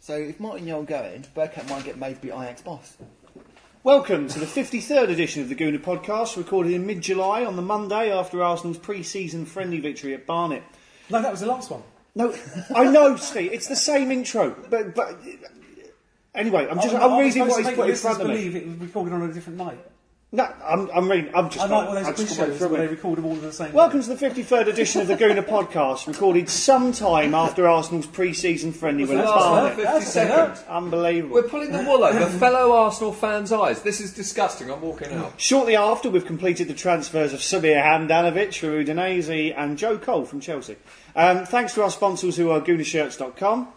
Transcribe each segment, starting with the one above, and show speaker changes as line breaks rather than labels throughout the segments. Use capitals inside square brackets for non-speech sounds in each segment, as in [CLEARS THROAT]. So if Martignol go in, Burkett might get made be Ajax boss.
Welcome to the 53rd edition of the Gooner podcast, recorded in mid July on the Monday after Arsenal's pre season friendly victory at Barnet.
No, that was the last one.
No, I know, Steve, it's the same intro, but. but Anyway, I'm just I'm reading what he's put in front of me.
believe it was recorded on a different night.
No, I'm, I'm reading. I'm just.
I like all
I'm
those
just
quiz
going
shows
through
where
it.
they record them all on the same
Welcome to the 53rd edition of the Gooner podcast, recorded sometime after Arsenal's pre-season friendly win at
last
Barnet.
one? That's enough.
Unbelievable.
We're pulling the wool over fellow Arsenal fans' eyes. This is disgusting. I'm walking out.
Shortly after, we've completed the transfers of Samir Handanovic from Udinese and Joe Cole from Chelsea. Um, thanks to our sponsors who are GoonerShirts.com.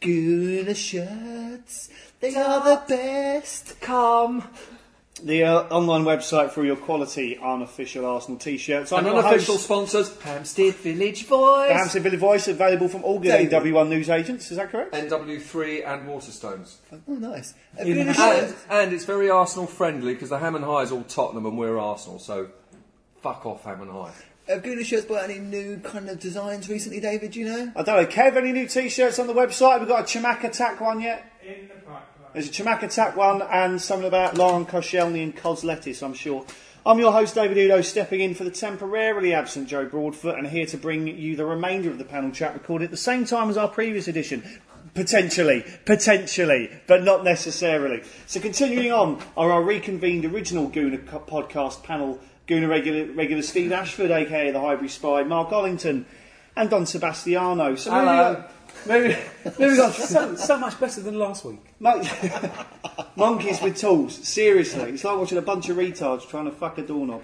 Gooner shirts, they are the best. Come.
The uh, online website for your quality unofficial Arsenal t-shirts. I'm
And
your
unofficial
host,
sponsors, Hampstead Village Voice.
the Hampstead Village Voice, available from all good
David.
AW1 newsagents. Is that correct?
NW3 and Waterstones.
Oh, nice. A
In-
Gooner
And,
shirt.
and it's very Arsenal friendly because the Hammond High is all Tottenham and we're Arsenal, so fuck off Hammond High.
Have Gooner shirts bought any new kind of designs recently, David? Do you know?
I don't know. Kev, any new t-shirts on the website? Have we got a Chamak Attack one yet? In the pipeline. There's a Chamak Attack one and something about Lauren Koscielny and Cosletis, I'm sure. I'm your host, David Udo, stepping in for the temporarily absent Joe Broadfoot and here to bring you the remainder of the panel chat recorded at the same time as our previous edition. Potentially, potentially, but not necessarily. So continuing on are our reconvened original Gooner co- podcast panel, Gooner regular, regular Steve Ashford, aka the Highbury Spy, Mark Ollington, and Don Sebastiano. So uh, moving
Hello.
on- Maybe, maybe that's
so, so much better than last week.
Mon- [LAUGHS] monkeys with tools. Seriously, it's like watching a bunch of retards trying to fuck a doorknob.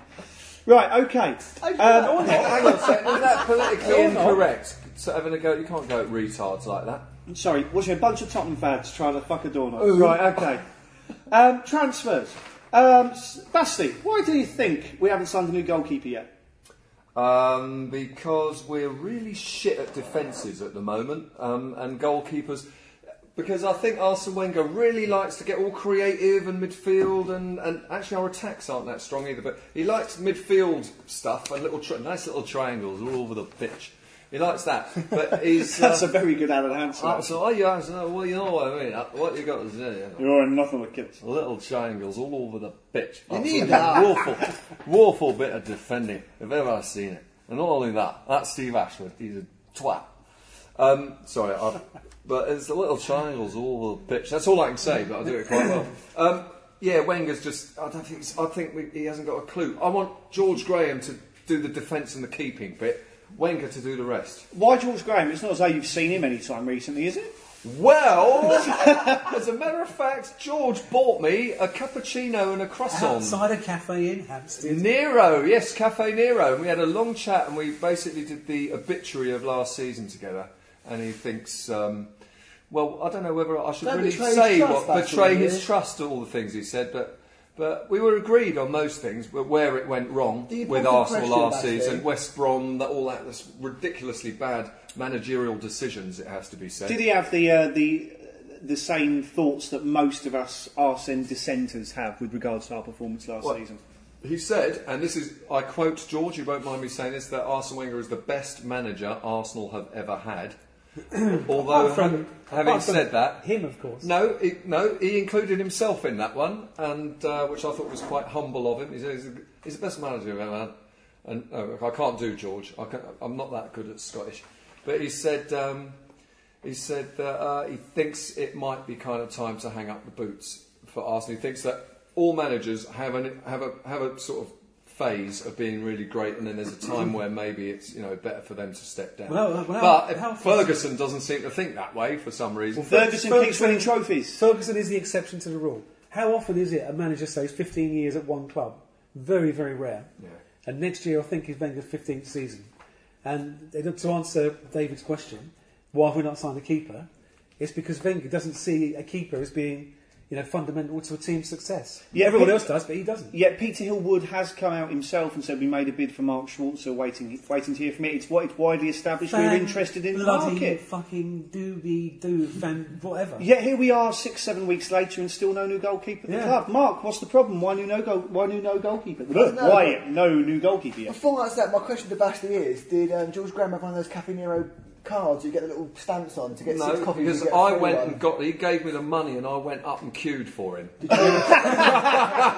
Right, okay. Um,
Hang on a second, is that politically incorrect? So having a go, you can't go at retards like that.
sorry, watching a bunch of Tottenham fans trying to fuck a doorknob. Right, okay. Um, transfers. Um, S- Basti, why do you think we haven't signed a new goalkeeper yet?
Um, because we're really shit at defences at the moment um, and goalkeepers. Because I think Arsene Wenger really likes to get all creative and midfield, and, and actually our attacks aren't that strong either. But he likes midfield stuff and little tri- nice little triangles all over the pitch. He likes that,
[LAUGHS]
but he's
That's
uh,
a very good Alan Hansen.
uh, so I asked, uh, well, you know what I mean. uh, What you got is uh,
You're in nothing with kids.
Little triangles all over the pitch.
You
That's
need
a
that.
Woeful, woeful bit of defending, if ever I've seen it. And not only that, that's Steve Ashford. He's a twat. Um, sorry, I, but it's the little triangles all over the pitch. That's all I can say, but I do it quite well. Um, yeah, Wenger's just. I don't think. he's- I think we, he hasn't got a clue. I want George Graham to do the defence and the keeping bit. Wenger to do the rest.
Why George Graham? It's not as though you've seen him any time recently, is it?
Well, [LAUGHS] as a matter of fact, George bought me a cappuccino and a croissant.
Outside a cafe in Hampstead.
Nero, yes, Cafe Nero. And we had a long chat and we basically did the obituary of last season together. And he thinks, um, well, I don't know whether I should
Don't
really
betray his
say
trust,
what,
that's
betray
all,
his
yeah.
trust, all the things he said, but. But we were agreed on most things, but where it went wrong
The
with
important
Arsenal
question,
last
Basti.
season, West Brom, that, all that this ridiculously bad managerial decisions, it has to be said.
Did he have the uh, the the same thoughts that most of us Arsene dissenters have with regards to our performance last
Well,
season?
He said, and this is, I quote George, you won't mind me saying this, that Arsene Wenger is the best manager Arsenal have ever
[CLEARS THROAT]
had. Although,
Apart from-
having,
apart
having
from
said that,
him, of course.
no, he, no, he included himself in that one, and uh, which I thought was quite humble of him. He said he's the, he's the best manager I've ever had. And oh, I can't do George. I can, I'm not that good at Scottish. But he said um, he said that uh, he thinks it might be kind of time to hang up the boots for Arsenal. He thinks that all managers have an, have a have a sort of phase of being really great, and then there's a time where maybe it's you know better for them to step down.
Well, well,
but
how-
if Ferguson doesn't seem to think that way for some reason.
Ferguson
Ferguson-
keeps winning trophies.
Ferguson is the exception to the rule. How often is it a manager stays 15 years at one club? Very, very rare.
Yeah.
And next year, I think, is Wenger's 15th season. And to answer David's question, why have we not signed a keeper? It's because Wenger doesn't see a keeper as being, you know, fundamental to a team's success.
Yeah,
everyone
he-
else does, but he doesn't.
Yet Peter Hillwood has come out himself and said we made a bid for Mark Schwarzer, waiting waiting to hear from it. It's, wi- it's widely established we're interested in the
bloody
market.
fucking doobie doo fan whatever.
Yet here we are, six seven weeks later, and still no new goalkeeper at the
Yeah.
club. Mark, what's the problem? Why new no goal? Why new no goalkeeper?
know.
Why no new goalkeeper? Yet?
Before I answer that, my question to Basti is: Did um, George Graham have one of those Cafe Nero cards you get the little stamps on to get six
No,
copies?
because
you get a
I
free
went
one?
and got. He gave me the money, and I went up and queued for
[LAUGHS]
him.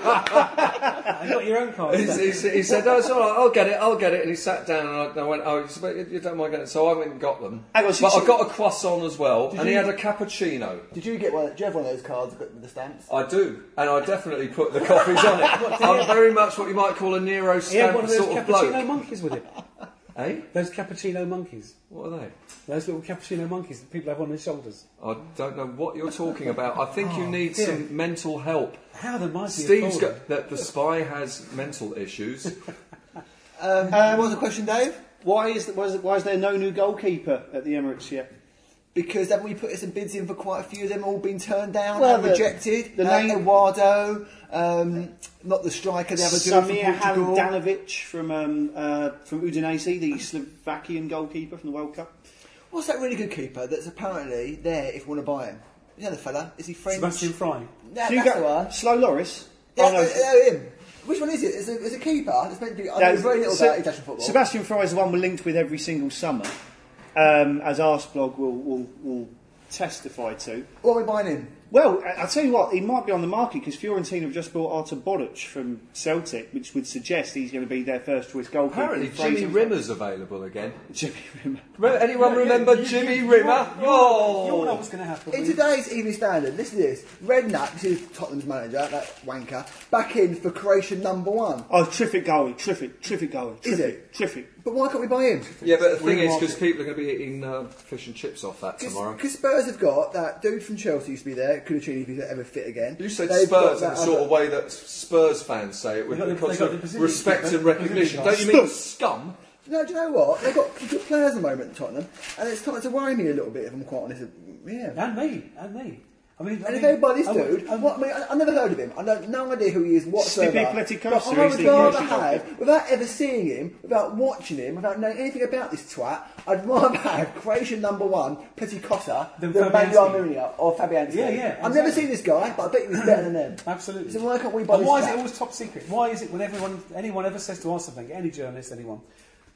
I got your own card.
[LAUGHS] He,
then.
he, he said, "No, it's all right. I'll get it. I'll get it." And he sat down, and I, and I went, "Oh, it's, but you don't mind getting it?" So I went and got them.
Hang on, so-
but
so-
I got a croissant as well, and he
you-
had a cappuccino.
Did you get one? Do you have one of those cards with the stamps?
I do, and I definitely put the coffees
[LAUGHS]
on it. I'm very much what you might call a Nero
He had
stamp
one of those
sort of
cappuccino
bloke.
monkeys with him.
Eh?
Those cappuccino monkeys.
What are they?
Those little cappuccino monkeys that people have on their shoulders.
I don't know what you're talking about. I think you need
Oh, dear.
some mental help.
How the mighty
Steve's
have fallen.
got that. The spy has mental issues.
Um, what was the question, Dave?
Why is, why, is, why is there no new goalkeeper at the Emirates yet?
Because haven't we put some bids in for quite a few of them, all been turned down
Well,
and
the-
rejected?
the
uh,
name-
Eduardo, um, not the striker, the other dude
Samir
from Portugal.
Handanovic from um, uh, from Udinese, the Slovakian goalkeeper from the World Cup.
What's that really good keeper that's apparently there if you want to buy him? You know the fella? Is he French?
Sebastian Fry.
That,
Do you
that's
go-
the one.
Slow Loris.
Yeah,
Oh, no.
uh, him. Which one is it? It's a, it's a keeper. It's meant to be, I know
No,
very little
Se-
about international football.
Sebastian Fry is the one we're linked with every single summer, um, as Arsblog will, will, will testify to.
what are we buying him?
Well, I- I'll tell you what, he might be on the market because Fiorentina have just bought Artur Boric from Celtic, which would suggest he's going to be their first choice goalkeeper.
Apparently,
for the
Jimmy
season.
Rimmer's available again.
Jimmy Rimmer.
Re- anyone remember Jimmy Rimmer? Oh.
You all know what's going to happen.
In
It's
today's Evening Standard, listen to this. Redknapp, this is Tottenham's manager, that wanker, back in for Croatian number one.
Oh, terrific goalie, terrific, terrific goalie,
Is
terrific,
it?
terrific.
But why can't we buy him?
Yeah, but the thing is,
Remarkable.
because people are going to be eating uh, fish and chips off that tomorrow.
Because Spurs have got that dude from Chelsea used to be there, Cudicini if he's ever fit again.
You said
They've got
Spurs in the
that
sort
other-
of way that s- Spurs fans say it with
They got the-
because
they got
of
the Brazilian
respect
keeper,
and recognition. Don't you
Brazilian
mean
guy.
scum?
No, do you know what? They've got good players at the moment, Tottenham, and it's starting to worry me a little bit, if I'm quite honest. Yeah.
And me. And me. I mean, I
And if
mean,
they buy this
I would-
dude,
I would-
what, I, mean, I, I never heard of him. I know no idea who he is whatsoever.
Stipe Pleticosa,
But I
he's
would
the
rather
English goalkeeper.
have, without ever seeing him, without watching him, without knowing anything about this twat, I'd rather have Croatian number one, Pleticosa,
Than
than Manuel
Fabianski.
Mourinho or Fabianski.
Yeah, yeah,
I've never
exactly.
seen this guy, but I bet he was better than them.
Absolutely.
So why can't we buy
But
this
why is
chap?
it always top secret? Why is it when everyone, anyone ever says to us something, any journalist, anyone,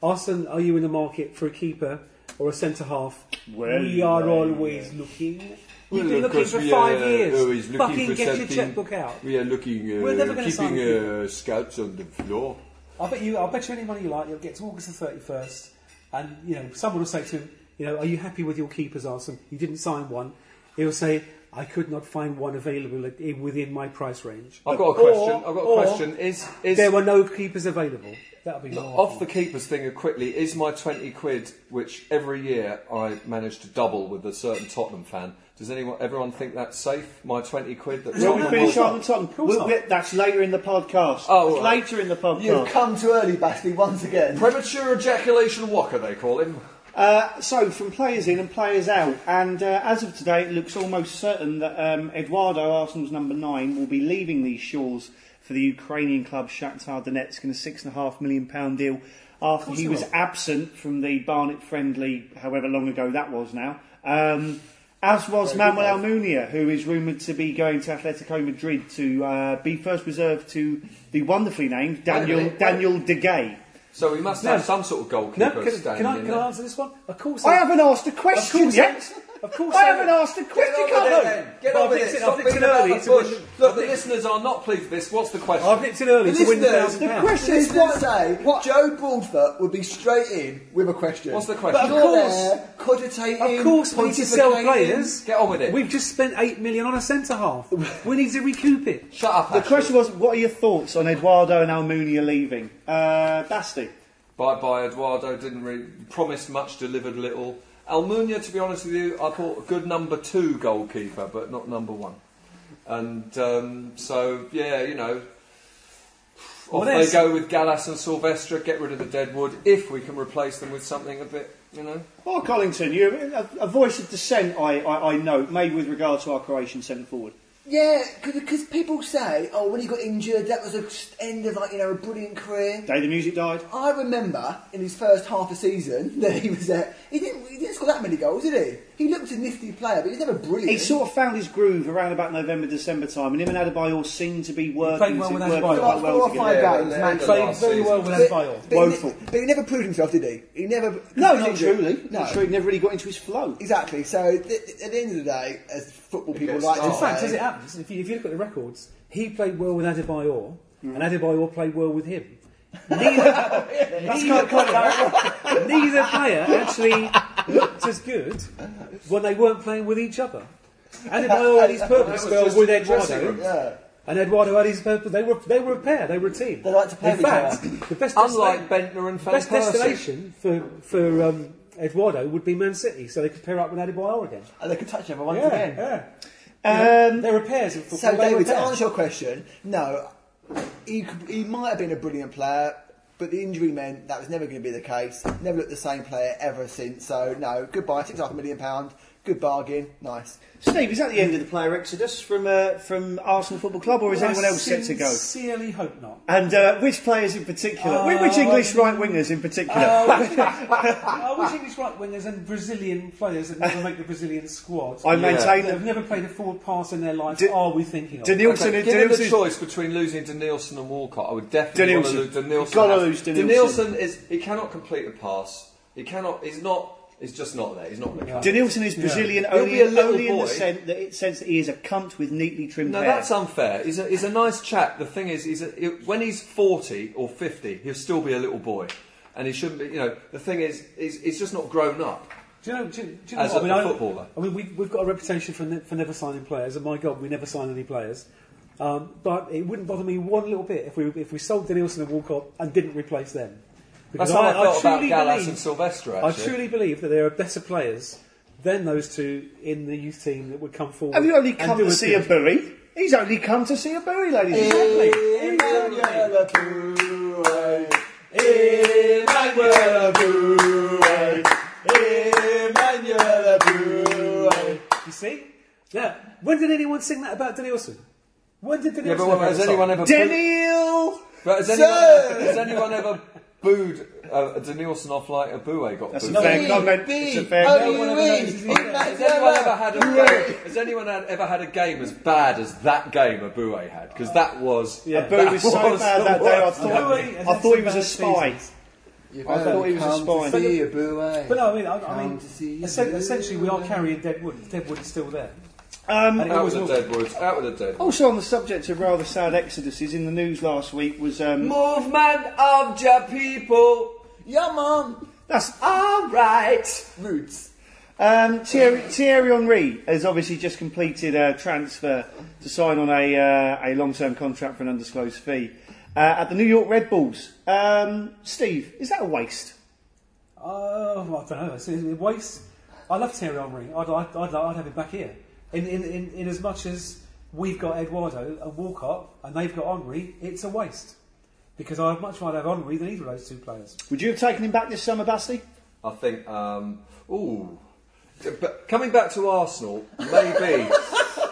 Arsene, are you in the market for a keeper or a centre half?
Well,
we are
well,
always looking. We've been
Well, of
looking
course
for
we
five
are
years.
always looking
Fucking
for
get your
something.
checkbook out.
We are looking, uh,
We're never gonna keeping, sign people.
scouts on the floor.
I bet you. I bet you any money you like. You'll get to August the thirty first, and you know someone will say to him, you know, are you happy with your keepers, Arsene? You didn't sign one. He'll say, I could not find one available at- i- within my price range.
I've got a
Or-
question. I've got a
or
question. Is is
there were no keepers available. That'll be my
off the
argument.
keepers thing quickly? Is my twenty quid, which every year I manage to double with a certain Tottenham fan? Does anyone everyone think that's safe? My twenty quid that
Will we
Tottenham
finish
will-
on the Tottenham?
Of course
We'll
not.
get- that's later in the podcast.
Oh,
That's
right.
later in the
You've
podcast.
come too early, Basti, once again.
Premature ejaculation walker, they call him.
Uh, so, from players in and players out, and uh, as of today, it looks almost certain that um, Eduardo, Arsenal's number nine, will be leaving these shores for the Ukrainian club Shakhtar Donetsk in a six and a half million pound deal after he was absent from the Barnet friendly, however long ago that was now. Um, as was Manuel Almunia, who is rumoured to be going to Atletico Madrid to uh, be first reserve to the wonderfully named Daniel
minute, wait-
Daniel De Gea.
So we must
No.
have some sort of
No,
goalkeeper
can,
standing
can I,
in
can
there.
I answer this one? Of course,
I haven't asked a question
course I-
yet.
of course
I
I-
haven't asked a
Get
question.
on with it
Come
then.
on.
Get
Well,
on with
I think it's-
it.
I
Stop
think it's
beating about
early
the
to win
bush.
the- I
Look, the
think-
listeners are not pleased with this. What's the question?
I've nipped in early to win the
Listeners,
thousand
The
pounds.
question is
This one
what?
day, Joe Broadfoot would be straight in with a question.
What's the question?
But
Of
you're
course.
there, cogitating,
Of course, we need to sell
pontificating.
players.
Get on with it.
We've just spent eight million on a centre
[LAUGHS]
half. we need to recoup it.
Shut up.
The
Ashley.
question was, what are your thoughts on Eduardo and Almunia leaving? Uh, Basti.
Bye bye, Eduardo. Didn't really promise much, delivered little. Almunia, to be honest with you, I thought a good number two goalkeeper, but not number one. And um, so, yeah, you know, off
Well,
they
there's-
go with Gallas and Silvestre. Get rid of the deadwood if we can replace them with something a bit, you know.
Mark Collington, you a, a voice of dissent, I, I, I note, made with regard to our Croatian centre forward.
Yeah, because people say, oh, when he got injured, that was the end of, like, you know, a brilliant career.
Day the music died.
[LAUGHS] I remember in his first half a season that he was at, he didn't, he didn't score that many goals, did he? He looked a nifty player, but he's never brilliant.
He sort of found his groove around about November, December time, and him and Adebayor seemed to be working,
well
to,
with
working
Adebayor.
quite
Like four
well
or
together.
five
Yeah,
games,
they're
max.
the
But,
Played
last
very
season.
well with Adebayor.
but, he,
Woeful.
ne- but he never proved himself, did he? He never.
No,
he didn't.
not truly.
No.
Not truly. Never really got into his flow.
Exactly. So th- th- at the end of the day, as football people
gets
like to
started.
say,
Oh,
In fact, as it happens, if you, if you look at the records, he played well with Adebayor, and
Hmm.
Adebayor played well with
[LAUGHS]
him. Neither, neither, player, [LAUGHS] neither player actually looked as good when they weren't playing with each other. Adebayor
[LAUGHS]
had his purple
was
spell
just
with Eduardo,
dressing room.
uh, yeah.
and Eduardo had his purple. They were they were a pair. They were a team.
They like to play
In
with each
fact, the best
Unlike
destination-
Bentner and Van
best
Persie.
destination for for um, Eduardo would be Man City, so they could pair up with Adebayor again.
and they can touch ever once
Yeah,
again.
yeah.
Um,
There are pairs in football.
So,
they were
David, to
pairs.
answer your question, no, he, could- he might have been a brilliant player, but the injury meant that was never going to be the case. Never looked the same player ever since. So, no, goodbye, six and a half million pound, good bargain, nice.
Steve, is that the end of the player exodus from uh, from Arsenal Football Club, or is anyone else set to
I
go?
sincerely hope not.
And uh, which players in particular? Whi- which
Uh,
Oh,
English right wingers in particular?
I wish English right wingers and Brazilian players that never make the Brazilian squad.
I
I
maintain
have
that
never played a forward pass in their life.
Did-
are we thinking of?
Danielson.
Okay, given the choice between losing to Nielsen and Walcott, I would definitely
Danielson.
want to lose to Nielsen.
Gotta
has-
lose to
Danielson
Nielsen.
is he cannot complete a pass. He cannot. He's not. He's just not there. He's not going to cut.
Danielson is Brazilian
He'll
only,
be a little
only in the
boy.
sen- that it sense that he is a cunt with neatly trimmed
No,
hair.
that's unfair. He's a, he's a nice chap. The thing is, he's a, he- when he's 40 or 50, he'll still be a little boy. And he shouldn't be, you know, the thing is, he's, he's just not grown up.
Do you know? Do, you- do you know
As
what? I
a-
mean,
a
I don't-
footballer.
I mean, we've, we've got a reputation for, ne- for never signing players, and my God, we never sign any players. Um, but it wouldn't bother me one little bit if we if we sold Danielson and Walcott and didn't replace them.
That's
Because
how I, felt about
truly
Gallas
believe-
and Sylvester,
I
actually.
truly believe that there are better players than those two in the youth team that would come forward.
Have you only
and
come
do
to
us
see a
good.
bury? He's only come to see a bury, ladies and gentlemen.
You see? Now, when did anyone sing that about Danielson? When did
Yeah,
Danielson?
but
have
has
that
anyone
song?
ever...
Daniel!
But has anyone, has anyone ever booed uh, Danielson off like a bouet got
That's a
booed?
fair comment. It's a fair comment.
Has anyone ever had a game, has anyone had, ever had a game as bad as that game a bouet had? Because that was
Yeah.
A boo
[LAUGHS]
was so
was
bad
the
that day, I
worst.
thought,
Boo is
I thought he
a
was a
bad
spy. I thought he was a spy.
eh?
But no, I mean, I, I mean,
Come to see
essen-
you.
essentially, we are carrying dead wood. Dead wood is still there.
Um,
And it
Out
always
with the
will.
dead woods, out with the dead woods.
also on the subject of rather sad exoduses, in the news last week was... Um,
Movement of the people,
Yeah, mum.
that's
alright.
Roots.
Um, Thierry, Thierry Henry has obviously just completed a transfer to sign on a, uh, a long-term contract for an undisclosed fee uh, at the New York Red Bulls. Um, Steve, is that a waste?
Oh, I don't know. It's, it's a waste. I love Thierry Henry. I'd, I'd, I'd, I'd have him back here. In, in, in, in as much as we've got Eduardo and Walcott and they've got Henry, it's a waste. Because I'd much rather have Henry than either of those two players.
Would you have taken him back this summer, Basti?
I think, um, ooh. But coming back to Arsenal,
[LAUGHS]
maybe.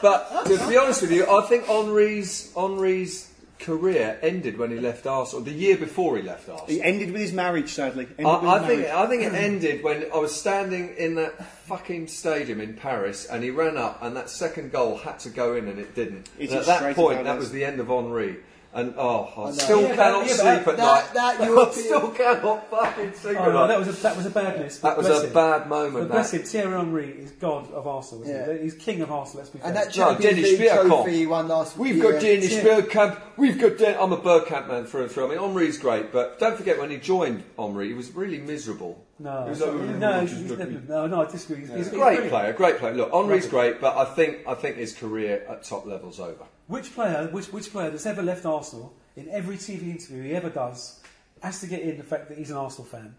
but to be honest with you, I think Henri's, Henri's career ended when he left Arsenal, the year before he left Arsenal.
He ended with his marriage, sadly. Ended with
I, I
his
think
marriage.
I think it ended when I was standing in that fucking stadium in Paris, and he ran up, and that second goal had to go in, and it didn't.
Is
And
it
at that
straight
point,
about
that
it?
was the end of Henri. And oh, I, still
Yeah, but-
cannot
yeah, but
sleep
that-
at night.
that
[LAUGHS] I
European-
still cannot fucking sleep
Oh,
at
no,
night.
that was a, that was a bad miss.
That
but
was
bless
a
him.
bad
But
moment.
bless
that.
him, Thierry Henry is god of Arsenal. Isn't
Yeah.
he? He's king of Arsenal. Let's be fair.
And that
No,
Champions
Dennis
League
Bergkamp.
trophy one last
We've
year.
got Dennis
Yeah.
Bergkamp. We've got. Den- I'm a Bergkamp man through and through. I mean, Omri's great, but don't forget when he joined Omri, he was really miserable.
no,
He was
no,
like, "Oh,
no,
just
he's
look at
never-
me."
no, no, I disagree. He's, he's
He's a great
brilliant.
player, great player. Look, Henri's great, but I think I think his career at top level's over.
Which player, which, which player that's ever left Arsenal in every TV interview he ever does has to get in the fact that he's an Arsenal fan.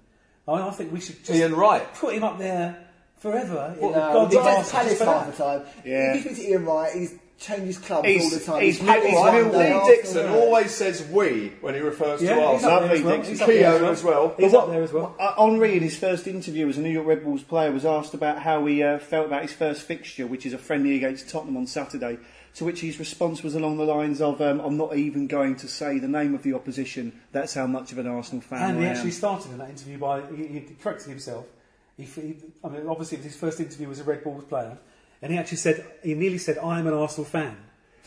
I, I think we should just
Ian uh, Wright.
put him up there forever. in
No, uh, he
the gods of
does
Arsenal,
Palace
just for
half
that.
the time.
Yeah.
If you speak to Ian Wright, he's changes clubs
He's-
all the time.
he's-
Palace
he's
one
Millwall.
day,
Lee
Arsenal,
Dixon
Arsenal.
always says "we" when he refers to
Yeah, he's
Arsenal.
up
Lovely,
there as well.
Dixon.
He's up there as
Keogh
well.
as well.
He's
But
up there as well.
Uh, Henri, in his first interview as a New York Red Bulls player, was asked about how he uh, felt about his first fixture, which is a friendly against Tottenham on Saturday. To which his response was along the lines of, um, "I'm not even going to say the name of the opposition. That's how much of an Arsenal fan
And
I
he
am."
actually started in that interview by he, he corrected himself He, f- he, I mean, obviously, his first interview was a Red Bulls player, and he actually said he nearly said, "I am an Arsenal fan."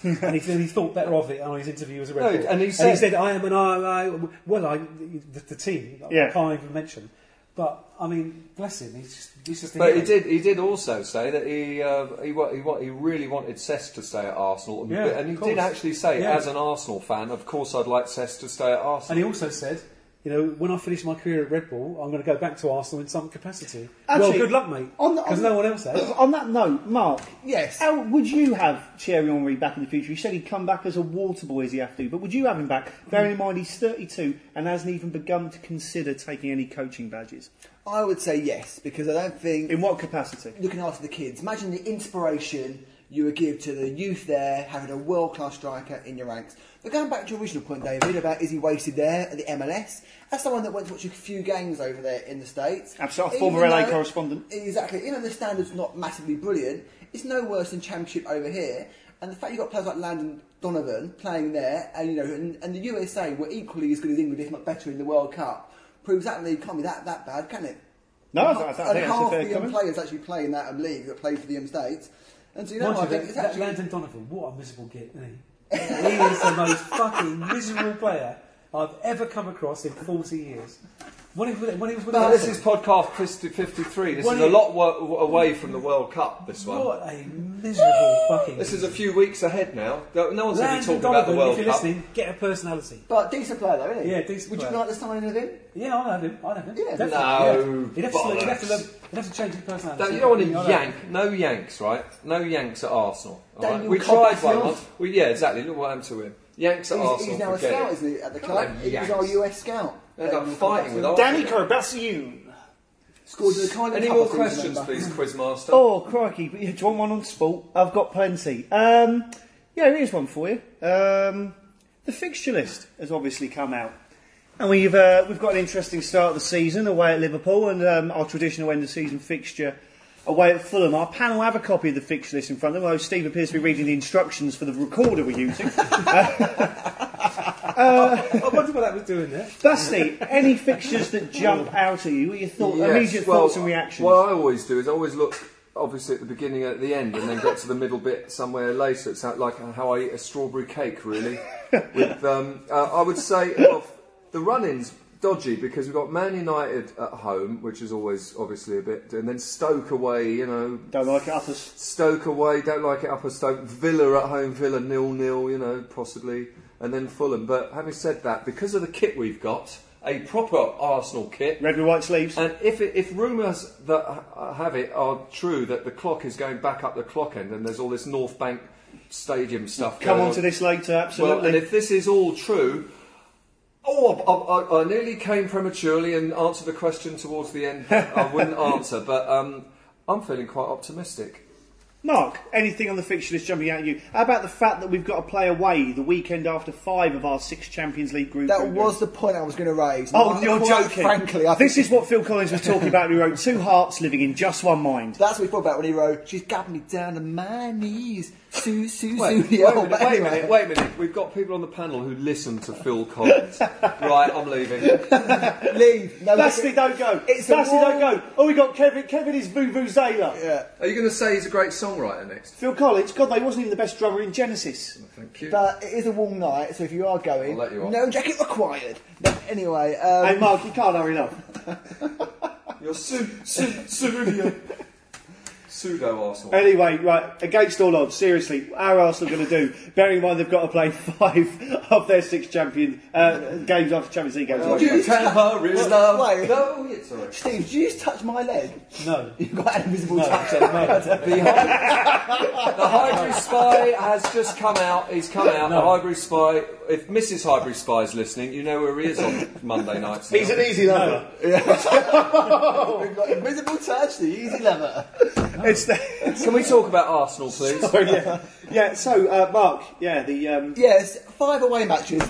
and he, th- he thought better of it on his interview as a Red
No,
Bull.
and he said-
"I am an I, I well, I the, the team
Yeah.
I can't even mention." But I mean, bless him, he's just, he's just a
But he
hero.
did. He did also say that he uh, he wa- he, wa- he really wanted Cesc to stay at Arsenal, and,
Yeah,
and he
of course.
did actually say,
Yeah.
as an Arsenal fan, of course I'd like Cesc to stay at
And
Arsenal.
he also said, you know, when I finish my career at Red Bull, I'm going to go back to Arsenal in some capacity.
Actually,
well, good luck, mate.
on the-
Because
on-
no one else has.
Uh, on that note, Mark,
Yes.
how would you have Thierry Henry back in the future? You said he'd come back as a water boy as he have to, but would you have him back? Bearing in mind he's 32 and hasn't even begun to consider taking any coaching badges.
I would say yes because I don't think
In what capacity?
looking after the kids. Imagine the inspiration you would give to the youth there, having a world class striker in your ranks. But going back to your original point, David, about is he wasted there at the MLS? As someone that went to watch a few games over there in the States.
Absolutely,
even
former LA
though-
correspondent.
Exactly. Even though the standard's not massively brilliant, it's no worse than Championship over here. And the fact you've got players like Landon Donovan playing there, and you know, and, and the USA were equally as good as England, if not better, in the World Cup, proves that league can't be that, that bad, can it?
No, I,
and
th- I th- I
and
think that's a
half
fair
the young
comment.
players actually play in that um, league that play for the young states. And so you know,
Mind
what, I
you,
think
that,
it's
that
actually
Landon Donovan, what a miserable git, isn't he? he is the
[LAUGHS]
most fucking miserable player I've ever come across in 40 years. When he, when he was with
Now, this
Arsenal-
is podcast 50 53. This
Well,
is a
he-
lot wo- away from the World Cup. This one.
What a miserable fucking...
This is a few weeks ahead now. No no one's going to be
Landon
talking about
Donovan,
the
if
World
you're
Cup.
listening, get a personality.
but decent player though, isn't he?
Yeah, decent
Would you
player.
like to sign in with him?
Yeah, I'd have him. I'd have him.
Yeah,
Definitely,
no,
yeah. He'd have, to, he'd, have to,
bollocks.
love- he'd have to change his personality.
No, you don't want
I'd
to
have him.
yank. No yanks, right? No yanks at Arsenal. all right?
Daniel
We
Cobb's
tried one
yours.
once. Well, yeah, exactly. Look what happened to him. Yanks at
He's,
Arsenal.
he's now a
forget
scout,
it.
isn't he? At the
Come on,
club, he was
Yanks.
our US scout.
They end up
Um,
fighting with Arsenal.
Danny Carbassiun.
Scored in the kind of
Any
couple
more
of things,
questions,
remember.
please, Quizmaster?
Oh, crikey. Do you want one on sport? I've got plenty. Um, yeah, here's one for you. Um, the fixture list has obviously come out. And we've, uh, we've got an interesting start of the season away at Liverpool and um, our traditional end of season fixture away at Fulham. Our panel have a copy of the fixture list in front of them, although Steve appears to be reading the instructions for the recorder we're
[LAUGHS]
using.
I wonder what that was doing there.
Dusty, any fixtures that jump out at you? What are your thought,
Yes,
immediate
well,
thoughts and reactions?
What I always do is I always look, obviously, at the beginning and at the end, and then get to the middle bit somewhere later. It's not like how I eat a strawberry cake,
[LAUGHS]
really. With, um, uh, I would say, well, the run-ins dodgy because we've got Man United at home, which is always obviously a bit, and then Stoke away. You know,
Don't like it, uppers.
Stoke away, don't like it up at Stoke. Villa at home, Villa nil nil, you know, possibly, and then Fulham. But having said that, because of the kit we've got, a proper Arsenal kit,
Red with white sleeves.
and if it, if rumours that ha- have it are true that the clock is going back up the clock end, and there's all this North Bank Stadium stuff.
Come
Uh,
going
on to this later, absolutely.
well, and if this is all true, oh, I, I, I nearly came prematurely and answered the question towards the end. that
[LAUGHS]
I wouldn't answer, but um, I'm feeling quite optimistic.
Mark, anything on the fixture list jumping out at you? How about the fact that we've got to play away the weekend after five of our six Champions League group?
That
group
was
games?
the point I was going to raise.
Oh,
Quite-
you're
quite
joking.
Frankly, I think
this is what Phil Collins was talking about. when He wrote two hearts living in just one
[LAUGHS]
mind.
that's what he thought about when he wrote, "She's got me down to my knees." Sue, Sue,
Wait, [LAUGHS]
Sue.
wait, a minute, wait a minute, wait a minute. We've got people on the panel who listen to Phil [LAUGHS] Collins. right, I'm leaving.
Leave. No,
Dusty,
look at-
don't go.
It's a
Dusty,
wall.
don't go. Oh, we got Kevin. Kevin is Vuvuzela.
Yeah.
Are you going to say he's a great songwriter next?
Phil Collins, God, they wasn't even the best drummer in Genesis.
Thank you.
But it is a warm night, so if you are going,
I'll let you off.
no jacket required. But anyway,
Hey,
um,
Mark, you can't hurry up.
You're su- su- cerulean. Pseudo Arsenal.
Anyway, right, against all odds, seriously, how are Arsenal going to do? Bearing in mind they've got to play [LAUGHS] five of their six champion uh, games after Champions League games.
Would you tell her is
Well,
love?
wait.
No, it's all right.
Steve, did you just touch my leg? [LAUGHS]
No.
You've got an invisible
No.
touch.
no.
The, Hy- the Highbury Spy has just come out. He's come out. The Highbury Spy. If Mrs. Highbury Spy is listening, you know where he is on Monday nights. now.
easy lover.
We've got invisible touch, the easy lever.
It's the, [LAUGHS]
Can we talk about Arsenal, please? [LAUGHS]
yeah. yeah, so, uh, Mark, yeah, the. Um,
Yes, five away matches.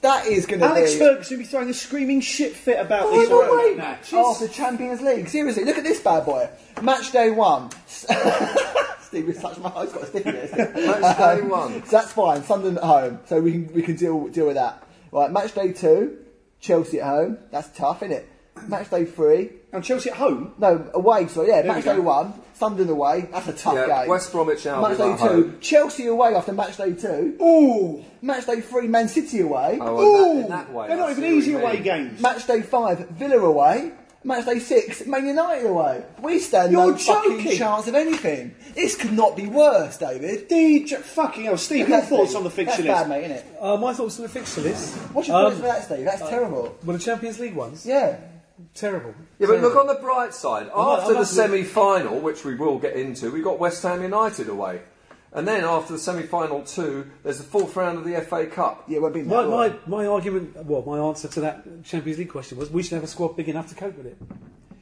That is going to be.
Alex Ferguson will be throwing a screaming shit fit about
Oh,
Five
this.
away
match.
matches. After Champions League. Seriously, look at this bad boy. Match day one. [LAUGHS] Steve has touched my I've got a sticky [LAUGHS] there.
Match day one.
So that's fine. Sunderland at home, so we can we can deal deal with that. Right, match day two, Chelsea at home. That's tough, isn't it? match day three.
And Chelsea at home.
No, away, sorry, yeah,
There we
match
go.
day one. Sunderland away, that's a tough
Yeah,
game.
West Bromwich Albion
Match day
at
two,
home.
Chelsea away after match day two.
Ooh,
Match day three, Man City away.
Oh, in that- in
Ooh.
that way,
they're
I
not
see
even
what
easy
you
away
mean.
games.
Match day five, Villa away. Match day six, Man United away. We stand
You're
no fucking
joking.
chance of anything. This could not be worse, David.
DJ, fucking hell, Steve, your
That's
thoughts
big.
on the fiction
That's bad,
list?
mate, isn't it?
Uh, my thoughts on the fixture list.
What's your
Um,
thoughts for that, Steve? That's terrible.
Well, the Champions League ones,
Yeah.
terrible.
Yeah, but look
Terrible.
on the bright side.
not-
After
I'm
the
not-
semi-final, which we will get into, we got West Ham United away, and then after the semi-final two, there's the fourth round of the FA Cup.
Yeah, it won't be that.
My,
will
my,
it?
my argument, well, my answer to that Champions League question was we should have a squad big enough to
[COUGHS]
cope with it.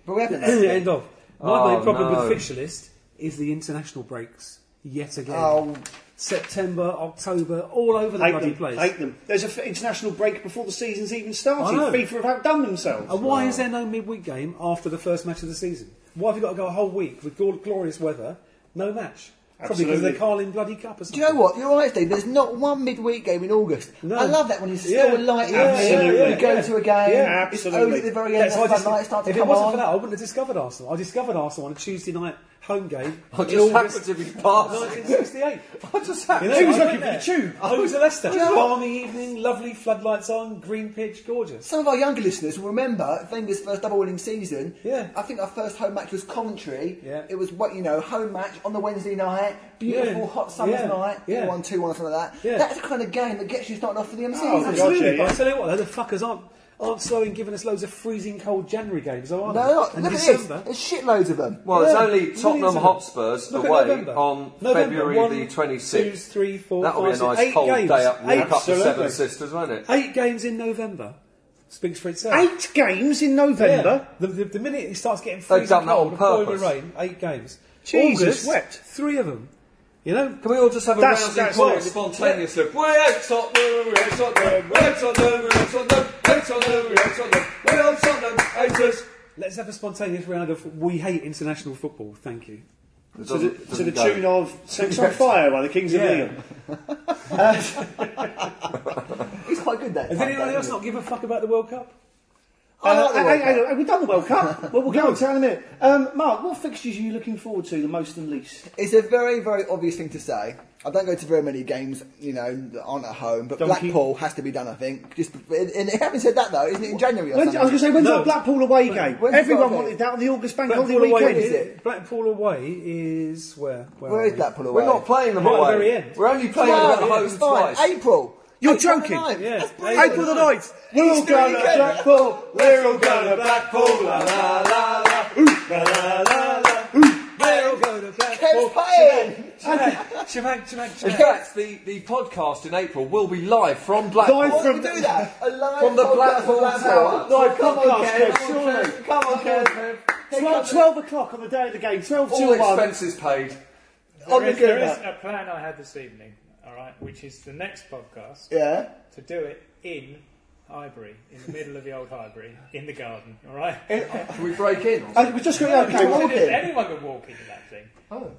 But we
[CLEARS THROAT]
haven't.
[COUGHS] End of. My
Oh,
main problem
no.
with the fixture list is the international breaks. Yet again.
Oh,
September, October, all over the
Hate
bloody
them.
place.
Hate them. There's an international break before the season's even started.
I know.
FIFA have outdone themselves.
And why is there no midweek game after the first match of the season? Why have you got to go a whole week with gl- glorious weather, no match? Probably because of
Absolutely.
the Carlin bloody cup
do
or something.
you know what? You're right, Steve. There's not one midweek game in August.
No.
I love that when it's
Yeah.
still light in
Absolutely.
here. You
Yeah,
go
yeah.
to a game.
Yeah,
It's over
absolutely.
at the very end. That's
That's why I
when
just-
light starts to
if
come
it wasn't
on.
for that, I wouldn't have discovered Arsenal. I discovered Arsenal on a Tuesday night home game
I
in
just happened
August
to be passing.
1968.
I just happened.
know, Who was
I
looking
went
for the
there.
tube?
Home to Leicester.
Do you know what?
Balmy evening, lovely floodlights on, green pitch, gorgeous.
Some of our younger listeners will remember Wenger's first double winning season.
Yeah.
I think our first home match was Coventry.
Yeah.
It was what you know, home match on the Wednesday night, beautiful
Yeah.
hot summer's
Yeah.
night,
Yeah.
one two one or something like that.
Yeah.
That's the kind of game that gets you started off for the MC.
Oh, God.
Absolutely,
Gotcha,
but
yeah.
I tell you what, though, the fuckers aren't aren't slow in giving us loads of freezing cold January games, though, are
No,
they?
no, look
And
at this.
December.
There's shitloads of them.
Well, it's
Yeah,
only
millions
Tottenham
of them.
Hotspurs
Look at
away
November.
on
November,
February
one, two,
the 26th.
three, four,
That'll
five,
be a
six,
nice
eight
cold
games.
day up, walk
Eight-
up to Seven
Absolutely.
Sisters, won't it?
Eight games in November speaks for itself.
Eight games in
Yeah.
November.
The, the, the minute it starts getting
They've
freezing
done that
cold,
on
pouring
purpose.
rain, eight games.
Jesus,
August,
wept.
Three of them. You know,
Can we all just have a
That's-
rousing
that's
call
what-
of spontaneous look? We're at Tottenham, we're at Tottenham, we're at Tottenham, we're at Tottenham, we're at Tottenham, we're at Tottenham, we're at Tottenham, haters.
let's have a spontaneous round of we hate international football. Thank you.
To the, to the tune of Sex on Fire by the Kings of
Yeah.
Leon.
It's quite good that.
Does
type
anyone
game,
else
isn't it?
not give a fuck about the World Cup?
I like the
Uh,
World
hang- hang
Cup.
on, have we done the
[LAUGHS]
World Cup? well, we'll go on to that in a minute. Um, Mark, what fixtures are you looking forward to the most and least?
It's a very, very obvious thing to say. I don't go to very many games, you know, that aren't at home, but
Donkey.
Blackpool has to be done, I think. Just, and having said that, though, isn't it in January or
When, I
something?
was going to say, when's
No.
our Blackpool away game?
when's
Everyone
Blackpool?
wanted that on the August Bank Holiday
Blackpool away
weekend.
is it?
Blackpool away is where?
Where
are
is
we?
Blackpool away?
We're not playing them
Right at the
away.
very end.
We're only playing
No,
them at home
it's fine.
twice.
April.
You're
April the
joking.
ninth.
Yeah.
That's
April
brilliant.
the ninth.
We're all
It's the
going to
weekend.
Blackpool. We're all going to
Blackpool, la la la la.
They'll go to Blackpool.
Kept playing.
Shemang, shemang,
In
shemang.
fact, the, the podcast in April will be live from Blackpool.
Live
Why
from-
would we do that? A live
From the
podcast
Blackpool
from that
Tower.
tower.
Live
Come on,
podcast,
Kev.
Kev, surely.
Come on, Kev. Come on,
12,
Kev.
12 o'clock on the day of the game, 12 to
All
1.
expenses paid.
On
There
the
is, there is
good.
a plan I had this evening, all right, which is the next podcast
Yeah.
to do it in Highbury, in the middle of the old Highbury, in the garden, all right.
Can we break in?
Uh, we just got okay.
Walk
Because
in.
anyone can walk into that thing.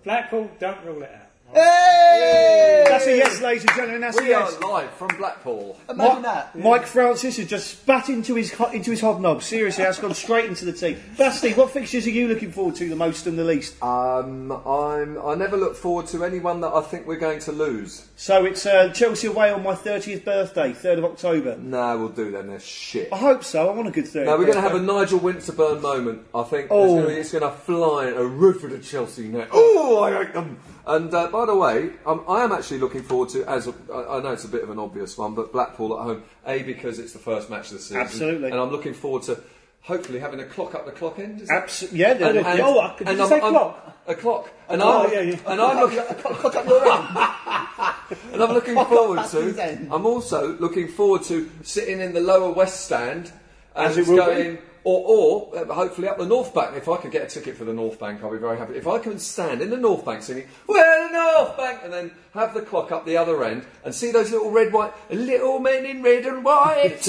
Blackpool, don't rule it out. all right?
Hey!
That's a yes, ladies and gentlemen. That's a
We are
yes.
live from Blackpool.
Imagine
Mike-
that.
Mike Francis has just spat into his ho- into his hobnob. Seriously, that's gone straight into the tea. Basti, what fixtures are you looking forward to the most and the least?
Um, I'm, I never look forward to anyone that I think we're going to lose.
So it's uh, Chelsea away on my 30th birthday, 3rd of October.
No, we'll do then. They're shit.
I hope so. I want a good 30th.
No, we're going
birthday.
to have a Nigel Winterburn moment. I think
Oh.
There's gonna be- it's going to fly a roof at a Chelsea net. Oh, I hate them. And uh, by the way, um, I am actually looking forward to as a, I I know it's a bit of an obvious one, but Blackpool at home. A because it's the first match of the season.
Absolutely.
And I'm looking forward to hopefully having a clock up the clock end. is it?
Abs- yeah, they're
And-
looking-
and-
oh, I-
could
and
you
I'm-
say
I'm-
clock?
A clock. And
Oh,
I'm,
yeah, yeah. [LAUGHS]
And I'm looking.
Cock up your end.
[LAUGHS] And I'm looking forward
His
to.
end.
I'm also looking forward to sitting in the lower west stand and
As it will
going, or or uh, hopefully up the north bank. If I could get a ticket for the north bank, I'll be very happy. If I can stand in the north bank singing, "We're the north bank," and then have the clock up the other end and see those little red white little men in red and
[LAUGHS]
white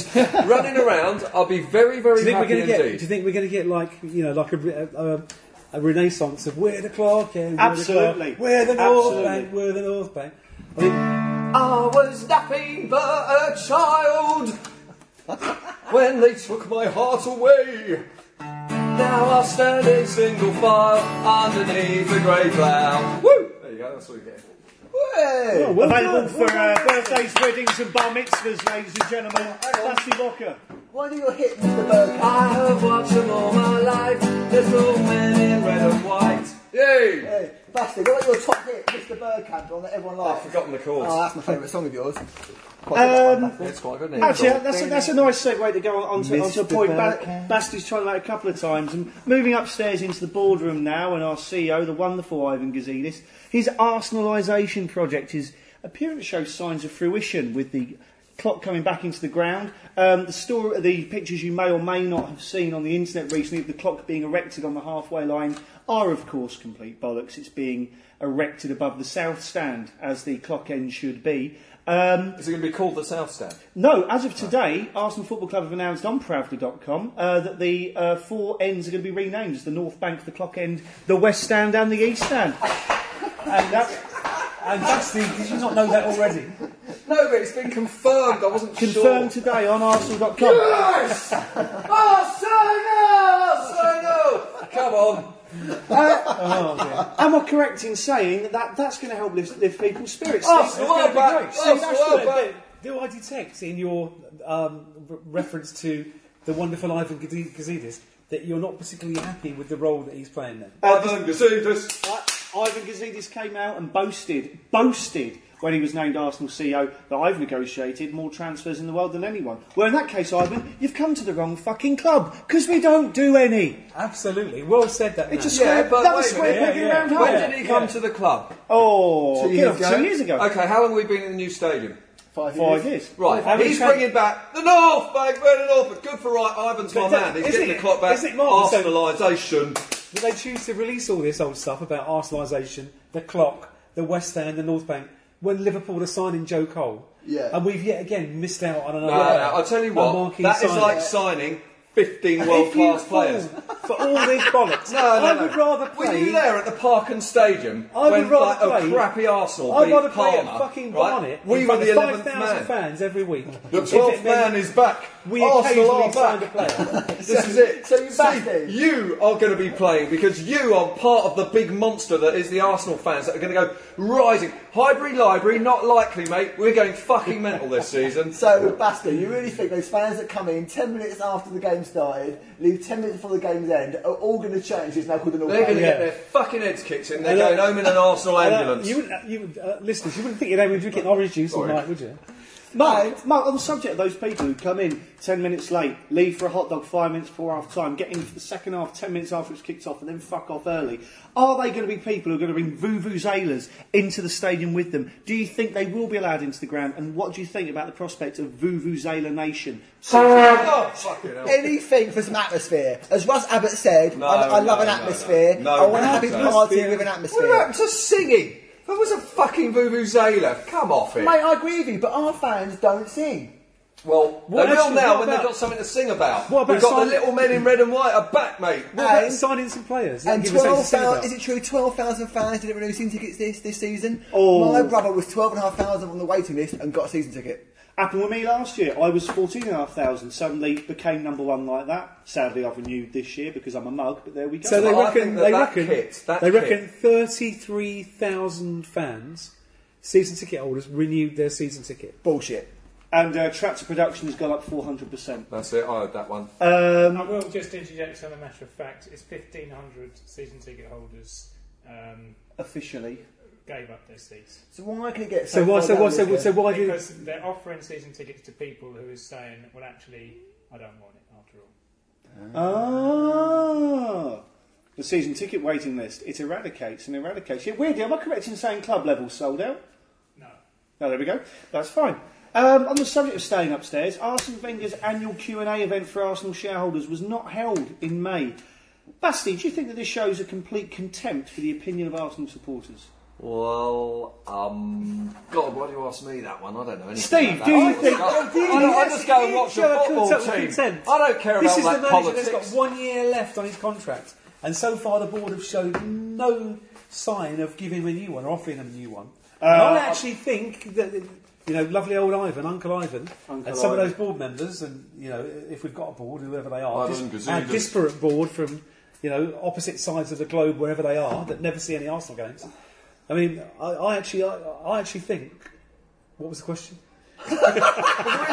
running around, I'll be very very
Do you think we're
happy
going to get? Do you
indeed.
think we're going to get like you know like a, re- a, a, a renaissance of we're the clock and
Absolutely.
we're the North
Absolutely.
Bank, we're the North Bank. I think
I was nothing but a child. when they took my heart away. Now I stand in single file underneath the grey cloud. Woo! There you go, that's what you get.
Hey!
Available for uh, birthdays, weddings, and bar mitzvahs, ladies and gentlemen. Classy Locker.
Why do you hit Mr. Burke?
I have watched them all my life, little men in red and white. Yay!
Hey, Basti, what your top hit, Mr. Burkamp, on that everyone
I've
likes?
forgotten the chords.
Oh, that's my favourite song of yours. Um, Quite a good one, Basti.
it's quite good, isn't it?
Actually, that's a, that's a nice segue to go on to, onto a
Mr.
point ba-
Burkham.
Basti's tried that a couple of times. And moving upstairs into the boardroom now, and our CEO, the wonderful Ivan Gazidis, his arsenalisation project, his appearance shows signs of fruition with the clock coming back into the ground. Um, the, story, the pictures you may or may not have seen on the internet recently of the clock being erected on the halfway line are, of course, complete bollocks. It's being erected above the south stand, as the clock end should be. Um,
Is it going to be called the South Stand?
no, as of today, Arsenal Football Club have announced on Pravda.com uh, that the uh, four ends are going to be renamed as the North Bank, the Clock End, the West Stand, and the East Stand. and that's
And Basti, did you not know that already?
No, but it's been confirmed. I wasn't
confirmed
sure.
today on Arsenal.com. [LAUGHS]
Yes! Arsenal! Arsenal! Oh, Come on.
Uh, Oh, Am I correct in saying that, that that's going to help lift, lift people's spirits?
Arsenal
That's gonna
are
be
back.
great.
Arsenal
that's
are
the-
back.
Do I detect in your um, re- reference to the wonderful Ivan Gadi- Gazidis that you're not particularly happy with the role that he's playing then?
Ivan Gazidis.
Uh, Ivan Gazidis came out and boasted, boasted when he was named Arsenal CEO that I've negotiated more transfers in the world than anyone. Well, in that case, Ivan, you've come to the wrong fucking club because we don't do any.
Absolutely. Well said that.
It's a
man.
square,
Yeah, but
that
wait
was
a
square
minute,
peg in a
yeah,
round
yeah.
hole.
When did he come to the club?
Oh,
Two
get
years
off,
ago.
two years ago.
Okay, how long have we been in the new stadium?
Five,
Five years.
Right,
How many
he's
trans-
bringing back the North Bank, Vernon Norfolk. Good for right, Ivan's my
Is it-
man. He's
is
getting
it-
the clock back.
is it Mark? So-
Arsenalisation.
But they choose to release all this old stuff about Arsenalisation, the clock, the West End, the North Bank, when Liverpool are signing Joe Cole.
Yeah.
And we've yet again missed out on another.
No, no, no, I'll tell you
a
what,
marquee
that is
signing.
like signing 15 world
If you
class
fall
players.
For all these bollocks.
[LAUGHS] No, no,
I
no.
would rather
Were
play.
you there at the park and stadium
I would
when
rather
like,
play-
a crappy Arsenal
I'd
beat
rather play at
Parma,
fucking
right?
Barnet. in
We were
front
the
of
11th
5,000
man.
fans every week.
The
If it
12th
meant
man is back.
We
Arsenal
occasionally
are
signed a
back.
player.
[LAUGHS] This is it.
so you
See,
Basti.
you are going to be playing because you are part of the big monster that is the Arsenal fans that are going to go rising. Highbury Library, not likely, mate. We're going fucking mental this season.
So, Basti, you really think those fans that come in 10 minutes after the game started, leave 10 minutes before the game's end, are all going to change? It's now called the North
They're going to
Bank.
get their fucking heads kicked in. They're
And, uh,
going home in an Arsenal
Uh,
ambulance.
you wouldn't, uh, you would, uh, listeners, you wouldn't think your name would be drinking orange juice all
Sorry.
night, would you?
Mark, Mark, on the subject of those people who come in 10 minutes late, leave for a hot dog 5 minutes before half time, get in for the second half 10 minutes after it's kicked off, and then fuck off early, are they going to be people who are going to bring vuvuzelas into the stadium with them? Do you think they will be allowed into the ground? And what do you think about the prospect of vuvuzela nation?
Oh, fucking hell.
Anything for some atmosphere. As Russ Abbott said,
No,
I, I
no,
love an
no,
atmosphere.
no.
I
No,
want a happy
no.
party with an
What
atmosphere.
happened to singing? There was a fucking vuvuzela. Come off it.
Mate, I agree with you, but our fans don't sing.
Well,
What
they will
actually-
now
what
when they've
about-
got something to sing about.
What about
We've got
song-
the little men in red and white are back, mate.
What about
And-
signing some players?
And
Give us something to
twelve
sing
thousand
about.
is it true? Twelve thousand fans didn't renew season tickets this this season.
Oh.
My brother was twelve and a half thousand on the waiting list and got a season ticket.
Happened with me last year. I was 14,500, suddenly became number one like that. Sadly, I've renewed this year because I'm a mug, but there we go.
So they
Well, Oh, I
reckon
think that
they
that
reckon
kit- that
they
kit-
reckon thirty three thousand fans, season ticket holders, renewed their season ticket.
Bullshit.
and uh, Tractor Production has gone up 400%.
That's it. I heard that one.
Um,
I will just interject on a matter of fact. It's 1,500 season ticket holders um,
officially.
gave up their seats
So why can it get
So
so?
why?
far
So
down
why? So,
this
why-
year?
so why do?
because they're offering season tickets to people who is saying, "Well, actually, I don't want it after all."
Ah. The season ticket waiting list. It eradicates and eradicates. Yeah, weirdly, am I correct in saying club level sold out?
No.
No, there we go. That's fine. Um, on the subject of staying upstairs, Arsene Wenger's annual Q&A event for Arsenal shareholders was not held in May. Basti, do you think that this shows a complete contempt for the opinion of Arsenal supporters?
Well, um, God, why do you ask me that one? I don't know. Anything
Steve,
about
do
that.
you
I just
think-
go-
do you
I, don't- I
think
just go and watch
Show
a
a
football
consent-
team.
consent.
I don't care
This is
about
the
that
manager that's
politics.
got one year left on his contract, and so far the board have showed
Uh,
no sign of giving him a new one or offering him a new one. And I actually think that You know, lovely old Ivan, Uncle Ivan,
Uncle
and some
Ivan.
of those board members, and you know, if we've got a board, whoever they are,
Ivan
dis-
Gazidis.
our disparate board from you know opposite sides of the globe, wherever they are, that never see any Arsenal games. I mean, I, I actually, I, I actually think. What was the question?
Really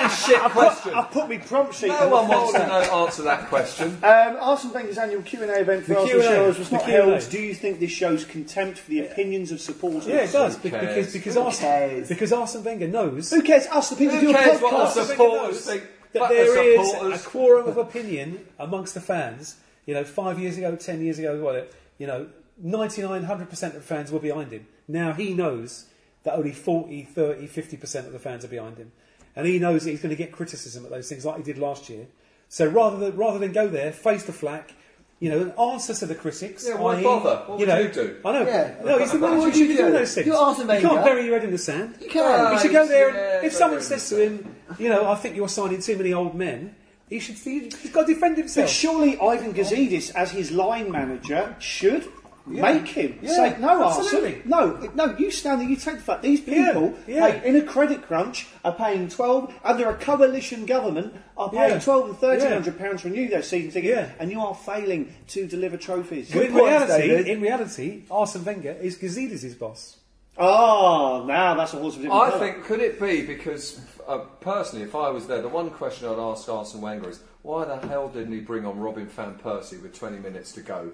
shit question.
I put me prompt sheet.
No one wants to know answer
[LAUGHS]
that question.
Um, Arsene Wenger's annual Q and A event for
The
Arsenal
Q&A.
shareholders was
The
not
Q&A.
held. Do you think this shows contempt for the opinions of supporters?
Yeah, it does
Who
be-
cares?
because because
Who
Arsene,
cares?
because Arsene Wenger knows
Who cares? Us, the people
Who
who do a
cares what our
podcast.
Wenger
supporters
knows
think?
that
Fuck the
there is a
supporters.
quorum of opinion amongst the fans. You know, five years ago, ten years ago, whatever. You know, 99, 100% of fans were behind him. Now he knows that only 40, 30, 50% of the fans are behind him. And he knows that he's going to get criticism at those things like he did last year. So rather than, rather than go there, face the flack, you know, answer to the critics.
Yeah, why
i.e.,
bother? What
you
would
know,
you do?
I know.
Yeah.
No, he's the one who
What would you
should be doing
do?
those things.
You're Arsene
You can't
Wenger.
bury your head in the sand.
You can.
Uh,
He should go there.
Yeah,
and if
but
someone
then-
says to him, you know, I think you're signing too many old men, he should. He's got to defend
But
himself.
surely Ivan Gazidis, as his line manager, should make him
Yeah,
say, "No,
absolutely.
Arsene, no, no, you stand there, you take the fact these
Yeah,
people,
yeah.
like, in a credit crunch, are paying twelve under a coalition government, are paying
Yeah.
twelve and thirteen
Yeah.
hundred pounds to renew their season ticket,
Yeah.
and you are failing to deliver trophies."
But in
point,
reality,
David.
in reality, Arsene Wenger is Gazidis' boss.
Ah, now that's a horse of a different
I
colour.
think could it be because uh, personally, if I was there, the one question I'd ask Arsene Wenger is why the hell didn't he bring on Robin van Persie with 20 minutes to go?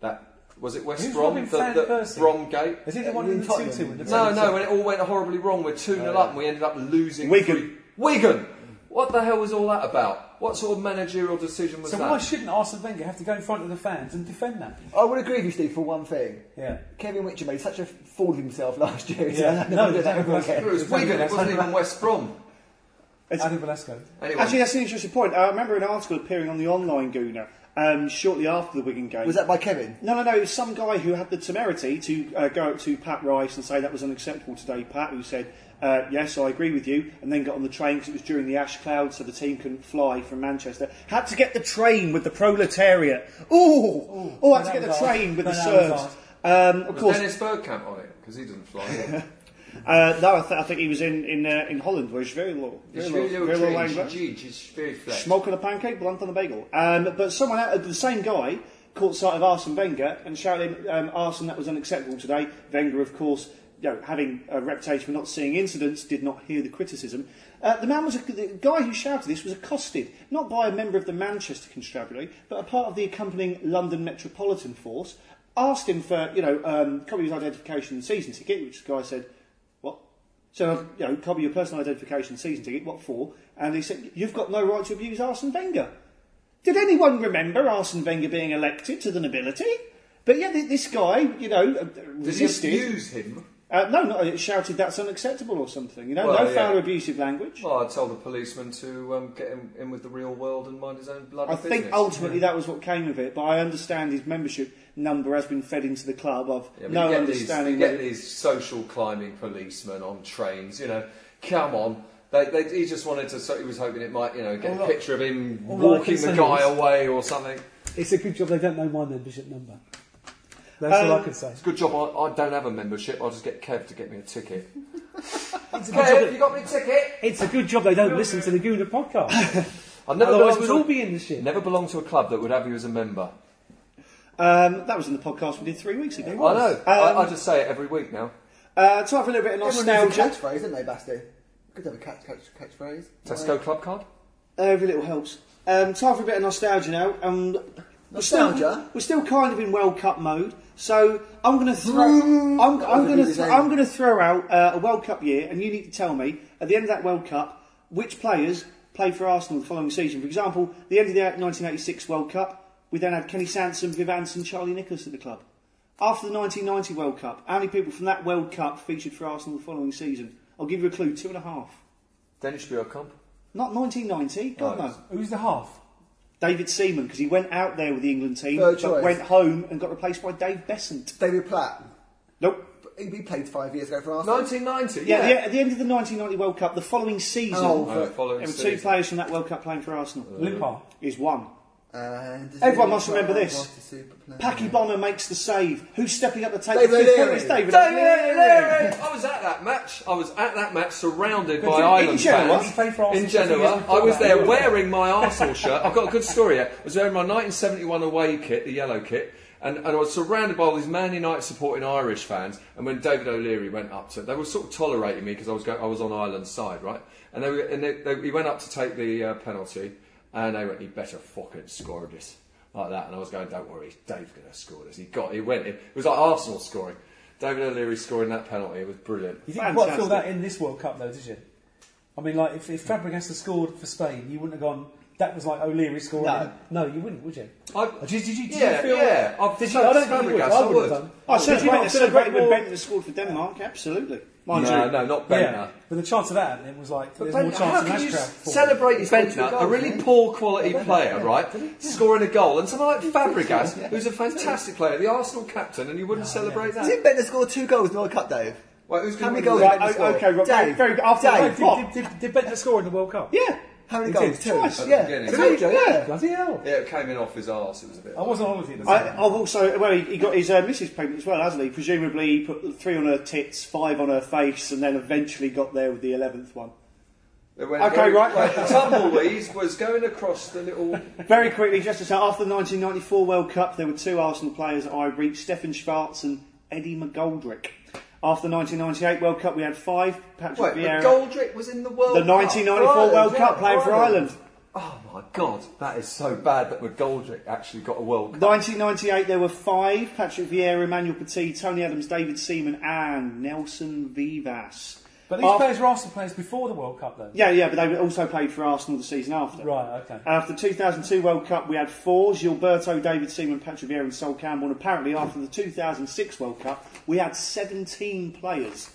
That was it. West
Who's
Brom,
Robin
the,
van
the
Persie?
Brom gate.
Is he the one
in
in the
Tottenham.
two-two? in the
No,
two-two?
no. When it all went horribly wrong, we're two 0 up, and we ended up losing.
Oh, Wigan.
three- Wigan. What the hell was all that about? What sort of managerial decision was
So
that?
why shouldn't Arsene Wenger have to go in front of the fans and defend that?
I would agree with you, Steve, for one thing.
Yeah.
Kevin Witcher made such a fool of himself [LAUGHS] last year.
Yeah.
so
No,
no, do that ever
that's
again.
it was Wigan. It wasn't even West Brom.
Adam Velasco.
Anyway,
Actually, that's an interesting point. I remember an article appearing on the online Gooner um, shortly after the Wigan game.
Was that by Kevin?
No, no, no. It was some guy who had the temerity to uh, go up to Pat Rice and say that was unacceptable today, Pat, who said, uh, Yes, I agree with you, and then got on the train because it was during the ash cloud, so the team couldn't fly from Manchester. Had to get the train with the proletariat. Ooh! oh, had to
no,
get
that
the
was
train
ours.
with
No,
the
that was
Serbs.
ours.
Um, of
was
course,
Dennis Bergkamp on it because he doesn't fly.
uh, no, I, th- I think he was in in, uh, in Holland, where it's very low, very
It's
low,
really
very low language.
Gee, it's very flat.
Smoke on a pancake, blunt on a bagel. Um, but someone, out- the same guy, caught sight of Arsene Wenger and shouted, um, Arsene, that was unacceptable today. Wenger, of course, you know, having a reputation for not seeing incidents, did not hear the criticism. Uh, the man was a, the guy who shouted this was accosted not by a member of the Manchester Constabulary, but a part of the accompanying London Metropolitan Force. Asked him for you know um, copy of his identification and season ticket, which the guy said, "What? So, you know, copy your personal identification season ticket, what for? And he said, You've got no right to abuse Arsene Wenger. Did anyone remember Arsene Wenger being elected to the nobility? But yeah, th- this guy, you know, uh,
Did he
resisted.
abuse him?
Uh, no, not uh, shouted that's unacceptable or something. You know,
Well,
no
yeah.
foul or abusive language.
Well, I told the policeman to um, get him in with the real world and mind his own bloody
I
business.
think ultimately that was what came of it. But I understand his membership number has been fed into the club. I've
Yeah, but
no
you get
understanding.
These, you
whether-
get these social climbing policemen on trains. You know, come on. They, they, he just wanted to. So he was hoping it might, you know, get
All
a
right.
picture of him
All right,
walking the
concerns.
guy away or something.
It's a good job they don't know my membership number. That's all
Um,
I can say.
It's a good job I, I don't have a membership. I'll just get Kev to get me a ticket.
It's a good job,
Kev, you
that-
got me a ticket?
it's a good job they don't listen to the Guna [LAUGHS] podcast.
I've never
Otherwise,
belonged
we'd
to a-
all be in the shit.
never belonged to a club that would have you as a member.
um, that was in the podcast we did three weeks ago.
I know. I,
Um,
I just say it every week now.
Uh, time for a little bit of
Everyone
nostalgia.
knows a catchphrase, don't they, Basti? Could have a catch, catch, catchphrase.
Tesco club card.
Every little helps. Um, time for a bit of nostalgia now. Um, we're still-
Nostalgia?
We're still, kind of in World Cup mode, so I'm going to throw. I'm,
That
I'm
was a
going to.
busy
Th-
day.
I'm going to throw out uh, a World Cup year, and you need to tell me at the end of that World Cup which players played for Arsenal the following season. For example, the end of the 1986 World Cup, we then had Kenny Sanson, Viv Anderson, Charlie Nicholas at the club. After the 1990 World Cup, how many people from that World Cup featured for Arsenal the following season? I'll give you a clue: two and a half.
Danish Bjørkamp.
Not 1990. God
Oh,
no.
Who's the half?
David Seaman because he went out there with the England team,
Third
but
choice.
went home and got replaced by Dave Besant.
David Platt.
Nope.
He he played five years ago for Arsenal.
1990.
Yeah,
Yeah.
the- at the end of the 1990 World Cup, the following season,
Oh,
Right,
There
there
following
were two
season.
Uh,
Uh, players from that World Cup playing for Arsenal.
Limpar.
Is one.
And does
Everyone
he
must remember
play
this.
whilst the super player?
Packy Bonner makes the save. Who's stepping up to take
David
the fifth point?
O'Leary.
It's David
David
O'Leary.
O'Leary! I was at that match. I was at that match surrounded by
in
Ireland
Genoa?
fans.
He
played for Arsenal
in
two years
Genoa.
before
I was
that.
there wearing my Arsenal shirt. I've got a good story here. I was wearing my 1971 away kit, the yellow kit, and, and I was surrounded by all these Man United supporting Irish fans. And when David O'Leary went up to, they were sort of tolerating me because I was go, I was on Ireland's side, right? And they, were- and they, they, he went up to take the uh, penalty, and they went, "He better fucking score this." Like that, and I was going, "Don't worry, Dave's going to score this." He got, he went. It was like Arsenal scoring. David O'Leary scoring that penalty was brilliant.
You didn't quite feel that in this World Cup, though, did you? I mean, like, if, if Fabregas had scored for Spain, you wouldn't have gone, that was like O'Leary scoring.
No.
No, you wouldn't, would you? Uh,
I,
Did you, did you, did
yeah,
you feel
yeah. I've
Did you,
said
I don't
Fabregas,
think you would.
I
I would
would.
have done.
I said
you
you might
not
have
celebrate
celebrated
more-
when Benton scored for Denmark. Absolutely. Mind
No,
you,
no, not Bentner.
Yeah, but the chance of that, it was like, there's more
Bentner, how
chance than
can you
that crowd.
s- celebrate Bentner, a really poor quality player, right, scoring a goal, and
[LAUGHS]
someone like Fabregas, who's a fantastic player, the Arsenal captain, and you wouldn't celebrate that?
Didn't Bender score two goals in the World Cup, Dave?
Well, who's
How many
gonna
goals
win
did
Right,
the-
Bender
o-
score?
okay, right,
Dave,
very good. After
Dave,
that, what?
Did, did, did Benton score in the World Cup?
Yeah.
How many
He
goals?
did,
Two.
twice.
At the
Yeah.
beginning.
Two, yeah.
Bloody hell.
Yeah, it came in off his arse, it was a bit.
Oh,
I wasn't on holiday at the
I,
time.
I've also well, he, he got his uh, missus pregnant as well, hasn't he? Presumably, he put three on her tits, five on her face, and then eventually got there with the eleventh one.
It went
Okay,
very-
right.
well, the tumbleweed was going across the
[LAUGHS]
little.
Very quickly, just to say, after the 1994 World Cup, there were two Arsenal players that I reached: Stefan Schwarz and Eddie McGoldrick. After the 1998 World Cup, we had five: Patrick
Wait,
Vieira,
Goldrick was in the World
the
Cup.
1994
For Ireland,
World
yeah,
Cup, playing for Ireland.
Oh my god, that is so bad that McGoldrick actually got a World Cup.
1998, there were five: Patrick Vieira, Emmanuel Petit, Tony Adams, David Seaman, and Nelson Vivas.
But these
After-
players were Arsenal players before the World Cup, though.
Yeah, yeah, but they also played for Arsenal the season after.
Right, okay.
And after 2002 World Cup, we had four Gilberto, David Seaman, Patrick Vieira, and Sol Campbell. And apparently, after the 2006 World Cup, we had 17 players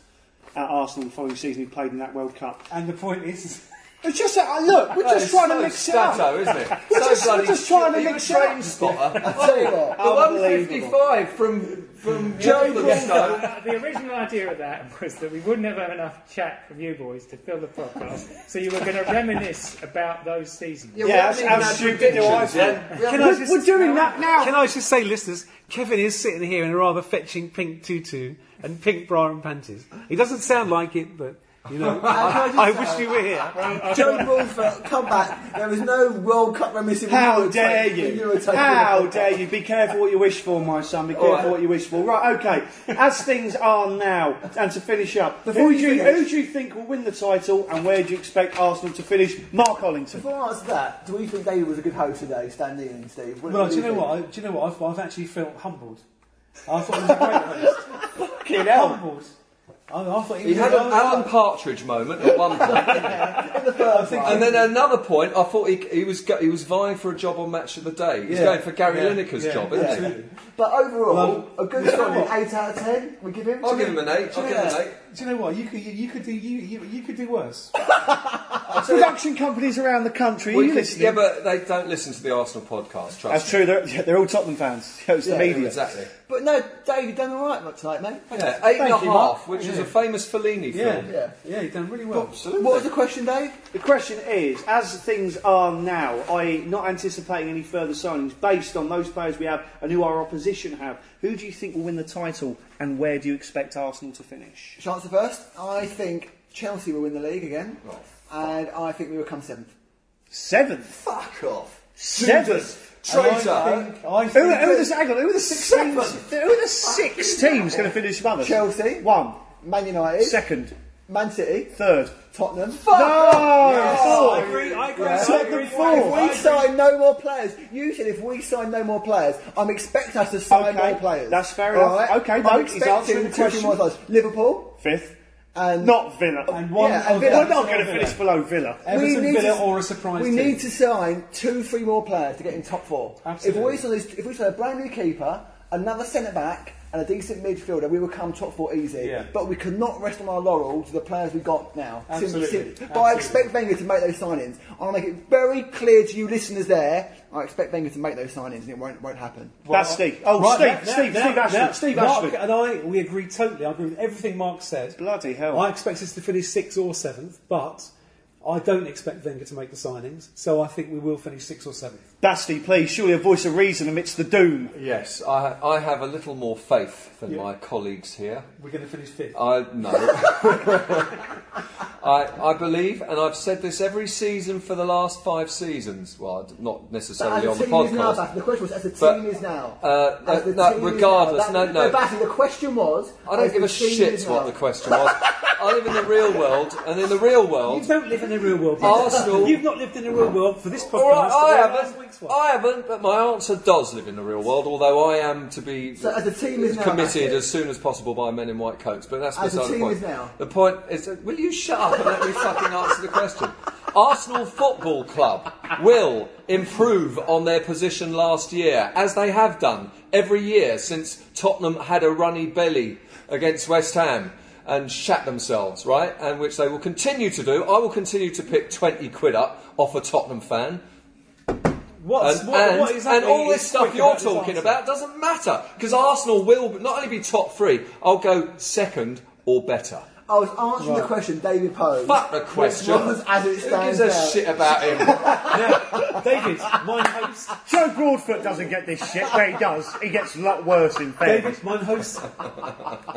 at Arsenal the following season who played in that World Cup.
And the point is, [LAUGHS]
It's just that, uh, look, we're
[LAUGHS] That
just
is
trying
so
to mix it up.
stato, isn't it? so
just- we're
bloody
just trying to
shit.
mix
You're a
it
train spotter.
I tell you what.
The
Unbelievable.
155 from from Joe
Uh, the original idea of that was that we would never have enough chat from you boys to fill the podcast, so you were going to reminisce about those seasons.
Yeah, that's how stupid do I feel.
Can
I
We're,
just-
we're doing that now.
Can I just say, listeners, Kevin is sitting here in a rather fetching pink tutu and pink bra and panties. He doesn't sound like it, but
[LAUGHS]
you know, I, I wish you were here.
Joe Bullford, come back. There was no World Cup reminiscing.
How
were
dare
taking-
you?
were taking
How
the-
dare you? Be careful what you wish for, my son. Be careful
right.
what you wish for. Right, okay. As things are now, and to finish up,
Before
who do
you
you,
finish-
who do you think will win the title, and where do you expect Arsenal to finish? Mark Hollington.
Before I answer that, do we think David was a good host today, Stan Lee and Steve? What
Well, do you
think?
know what? I, do you know what? I've, I've actually felt humbled. I thought he was a great host.
Fucking [LAUGHS] hell.
humbled. I, I thought he,
He
was
had
I,
an Alan Partridge moment at one point,
I think
and then at another point, I thought he, he was go- he was vying for a job on Match of the Day. He was
Yeah.
going for Gary
Yeah.
Lineker's
Yeah.
job.
Yeah.
Isn't he?
But overall,
Well,
a good solid eight out of ten. We give him.
I'll
Should
give
we-
him an eight.
should
I'll
we-
give him an eight.
Do you know what? You could you, you could do you, you you could do worse.
Production companies around the country. Are
Well,
you
you can-
listening?
yeah, but they don't listen to the Arsenal podcast. Trust
That's
me.
true. They're, yeah, they're all Tottenham fans. [LAUGHS] Yeah, It's
Yeah,
the media.
Exactly.
But no, Dave, you've done all right mate, tonight, mate.
Yeah, eight and a half,
you, Mark.
which is
Yeah.
a famous Fellini
Yeah,
film.
Yeah.
yeah, you've done really well.
What was the question, Dave?
The question is, as things are now, i.e. not anticipating any further signings based on those players we have and who our opposition have, who do you think will win the title and where do you expect Arsenal to finish?
Should I answer first? I think Chelsea will win the league again, and I think we will come seventh.
Seventh.
Fuck off.
Seventh.
I
Traitor.
think, I
Who,
think
who
that-
are the, hang on, who are the six teams? Who are the six teams going to finish above us?
Chelsea.
One.
Man United,
Second.
Man City,
Third.
Tottenham.
No!
I
Fourth.
agree. I agree.
Yeah.
I agree.
If we
I agree.
sign no more players, you said if we sign no more players, I'm expecting us to sign
Okay,
more players.
that's fair
All
enough.
right?
Okay,
I'm
no, he's answering
expecting
the
two
question.
more players. Liverpool
Fifth.
and
Not Villa.
and one
Yeah, and
of
Villa.
We're
them-
not going to finish below Villa.
Everton,
need
Villa,
to-
or a surprise
We
team.
need to sign two, three more players to get in top four.
Absolutely.
If we sign, this, if we sign a brand new keeper, another centre back, and a decent midfielder, we will come top four easy.
Yeah.
But we cannot rest on our laurels with the players we got now. Sim- sim-
Absolutely.
But I
Absolutely.
expect Wenger to make those signings. I'll make it very clear to you listeners there. I expect Wenger to make those signings, and it won't won't happen.
That's Steve. Oh,
Right,
Steve,
now-
Steve,
now-
Steve Ashford.
now-
Steve
Mark
Ashford.
and I, we agree totally. I agree with everything Mark said.
Bloody hell.
I expect us to finish sixth or seventh, but I don't expect Wenger to make the signings, so I think we will finish sixth or seventh.
Basti, please, surely a voice of reason amidst the doom.
Yes, I, I have a little more faith than my colleagues here.
We're going to finish fifth.
I no. [LAUGHS] I I believe, and I've said this every season for the last five seasons. Well, d- not
But as
necessarily
the
on the
team is now,
podcast.
Batty, the question was as the team
But,
is now.
uh, no,
As the
no,
team is now.
regardless,
That-
no, no.
Batty, the question was.
I don't
as
give
the
a
team
shit
is
what
now.
the question was. I live in the real world, and in the real
You
world,
don't live in the real world.
Arsenal-
You've not lived in the real world for this podcast.
all right,
or
I
last week's
haven't.
one.
I haven't, but my answer does live in the real world. Although I am to be
So as the team is now,
committed
Batty.
as soon as possible by men in white coats. But that's
As the
beside the
team
point.
is now.
The point is, that- will you shut up and let me fucking answer the question? Arsenal Football Club will improve on their position last year, as they have done every year since Tottenham had a runny belly against West Ham and shat themselves, right? And which they will continue to do. I will continue to pick 20 quid up off a Tottenham fan
What's-
and,
what,
and-
what exactly
and all
is
this stuff
quick
you're
about this
talking
answer?
about doesn't matter because Arsenal will not only be top three. I'll go second or better.
I was answering the question David posed.
Fuck the question.
was as it
Who gives
stands
a
now.
shit
[LAUGHS]
about him?
David, mine
[LAUGHS]
host.
Joe Broadfoot doesn't get this shit, but he does. He gets a lot worse in fairness.
David, mine host.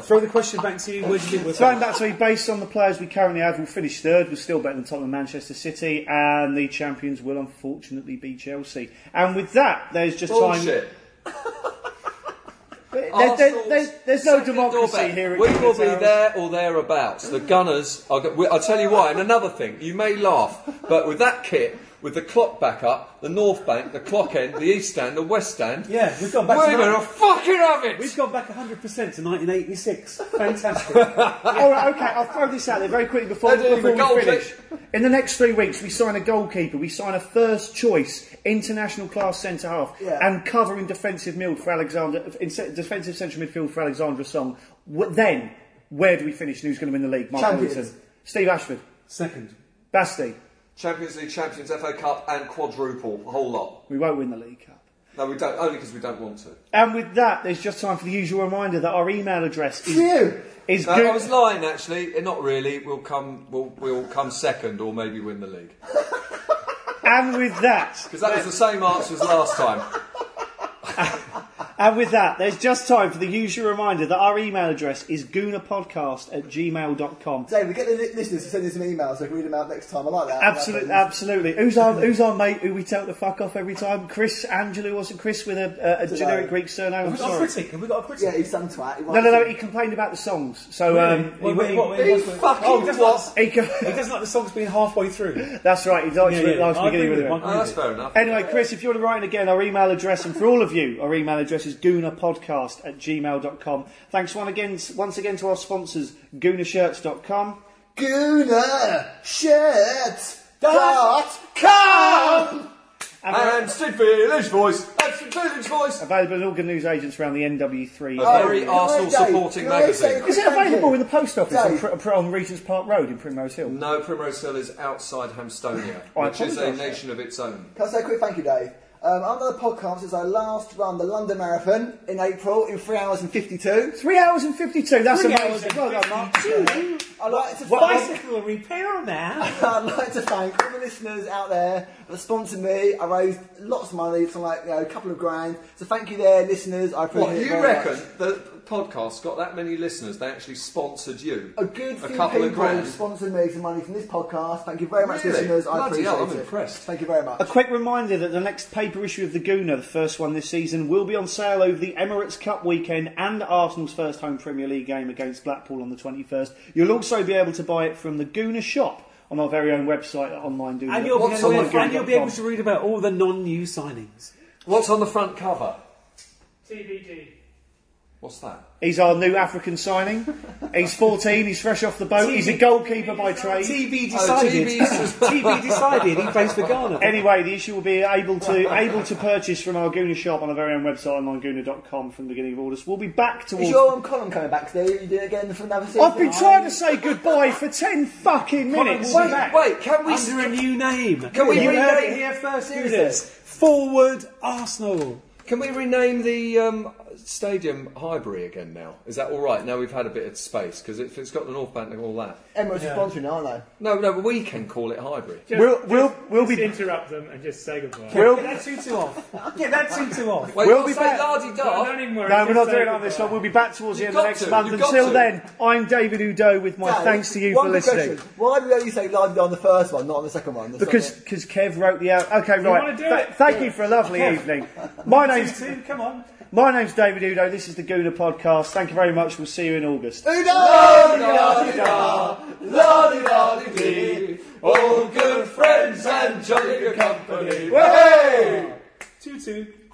Throw the question back to you. Where do you think we're
Going
going?
back to me, based on the players we currently have, we'll finish third. We're still better than Tottenham, Manchester City, and the champions will unfortunately be Chelsea. And with that, there's just time.
Bullshit.
There- there- there- there's- there's no
Second or
democracy
better.
here. At
We will be
Kidderhouse.
there or thereabouts. The Gunners. Are go- we- I'll tell you why. And another thing, you may laugh, but with that kit, with the clock back up, the North Bank, the clock end, the East Stand, the West Stand,
Yeah, we've gone back.
we're
to
going to fucking have it.
We've gone back 100% to 1986. Fantastic.
All right, okay, I'll throw this out there very quickly before,
Let's do
before
the
we
goal
finish. In the next three weeks, we sign a goalkeeper, we sign a first choice international class centre half,
Yeah.
and cover in defensive midfield for Alexander, in se- defensive central midfield for Alexandra Song. Wh- then, where do we finish? And who's going to win the league? Mark
Champions.
Wilson, Steve Ashford,
Second.
Basti.
Champions League, Champions, FA Cup, and quadruple. A whole lot.
We won't win the League Cup.
No, we don't. Only because we don't want to.
And with that, there's just time for the usual reminder that our email address is
you.
is
No,
good.
Uh, I was lying actually. Eh, Not really. We'll come. We'll, we'll come second, or maybe win the league.
and with that,
Because that was the same answer as last time.
And with that, there's just time for the usual reminder that our email address is goonapodcast at gmail.com.
David, get the li- listeners to send us some emails so we can read them out next time. I like that.
Absolutely,
That
absolutely. Who's our, who's our mate who we tell to fuck off every time? Chris Angelou, wasn't Chris, with a, a, a generic Greek surname? I'm
We've got a
sorry.
critic. Have we got a critic?
yeah, he's some twat. He
No, no, no,
wants
he
to-
complained about the songs. So,
Really?
um,
What- what-
he-
what-
He
what-
fucking
Oh, he doesn't like-
was.
he co- [LAUGHS]
He doesn't like the songs being halfway through.
that's right, he likes
Yeah,
the
yeah,
likes
I
the beginning
agree
with
with
it.
him, I
Oh, that's fair enough.
Anyway, Chris, if you want to write in again, our email address, and for all of you, our email address is goonapodcast at gmail.com. Thanks one again, once again to our sponsors, goonashirts.com.
Gooner shit dot com.
And for-
And Sid Village voice. And Sid Village voice.
Available in all good news agents around the NW3.
Oh, Very Arsenal
Dave,
supporting
can I say a
magazine.
quick
is it
thank
available
you?
in the post office on,
Dave.
Pr- Pr- on Regent's Park Road in Primrose Hill?
No, Primrose Hill is outside Hamstonia,
I
which is a
apologise.
nation of its own.
Can I say a quick thank you, Dave? Um, I'm on the podcast since I last run the London Marathon in April in 3 hours and 52.
Three hours and 52, that's
Three hours
amazing.
and
Well done, Mark.
I'd like to thank,
Bicycle repair
[LAUGHS]
man.
I'd like to thank all the listeners out there that sponsored me. I raised lots of money, something like you know, a couple of grand. So thank you there, listeners. I appreciate
What
it
you
very
reckon?
much.
The podcast got that many listeners. They actually sponsored you.
A good
a
few
couple of
people
grand.
sponsored me some money from this podcast. Thank you very much,
Really?
listeners. I
Bloody
appreciate
hell,
it.
I'm impressed.
Thank you very much.
A quick reminder that the next paper issue of The Gooner, the first one this season, will be on sale over the Emirates Cup weekend and Arsenal's first home Premier League game against Blackpool on the 21st. You'll also be able to buy it from The Gooner shop on our very own website at online.
And you'll, be
What's
able,
on
and
the
you'll be able to read about all the non-new signings.
What's on the front cover?
TBD.
What's that?
He's our new African signing. He's 14, he's fresh off the boat, he's a goalkeeper by trade.
TB
decided.
decided. TB decided. He plays for Ghana.
Anyway, the issue will be able to able to purchase from our Gooner shop on our very own website onlinegooner.com from the beginning of August. We'll be back
Is
towards.
your um, column coming back today? You doing it again for another season?
I've been trying to say goodbye for ten fucking minutes.
Colin will be back.
Wait, can we?
Under a new name.
Can we
you
rename-
heard it here first, users. Forward Arsenal.
Can we rename the um, stadium Highbury again now? Is that all right? Now we've had a bit of space because if it's got the North Bank and all that.
Emirates are sponsoring, aren't they?
No, no, but we can call it Highbury.
Just,
We'll- we'll-
just-
we'll
just
be-
interrupt them and just say goodbye.
We'll,
Get that 2 2 off. Get that 2 2 off.
Wait,
We'll
not
be
say
back.
No,
la-di-da.
don't even worry.
no, we're
just
not
say
doing it on this
goodbye.
one. We'll be back towards the
You've
end of
got
next
to,
month.
you've got
Until
to.
then, I'm David Udo with my
No,
thanks to you
one
for
quick
listening.
question. Why did they only say London on the first one, not on the second one? The
Because
second-
because Kev wrote the out. Okay, right.
wanna do
Th-
it,
thank
do
you for a lovely [LAUGHS] evening. My name's
2 2, come on.
my name's David Udo. This is the Guna Podcast. Thank you very much. We'll see you in August.
La-di-da, la-di-da-di-dee. All good friends and jolly good company. Hey!
2 2.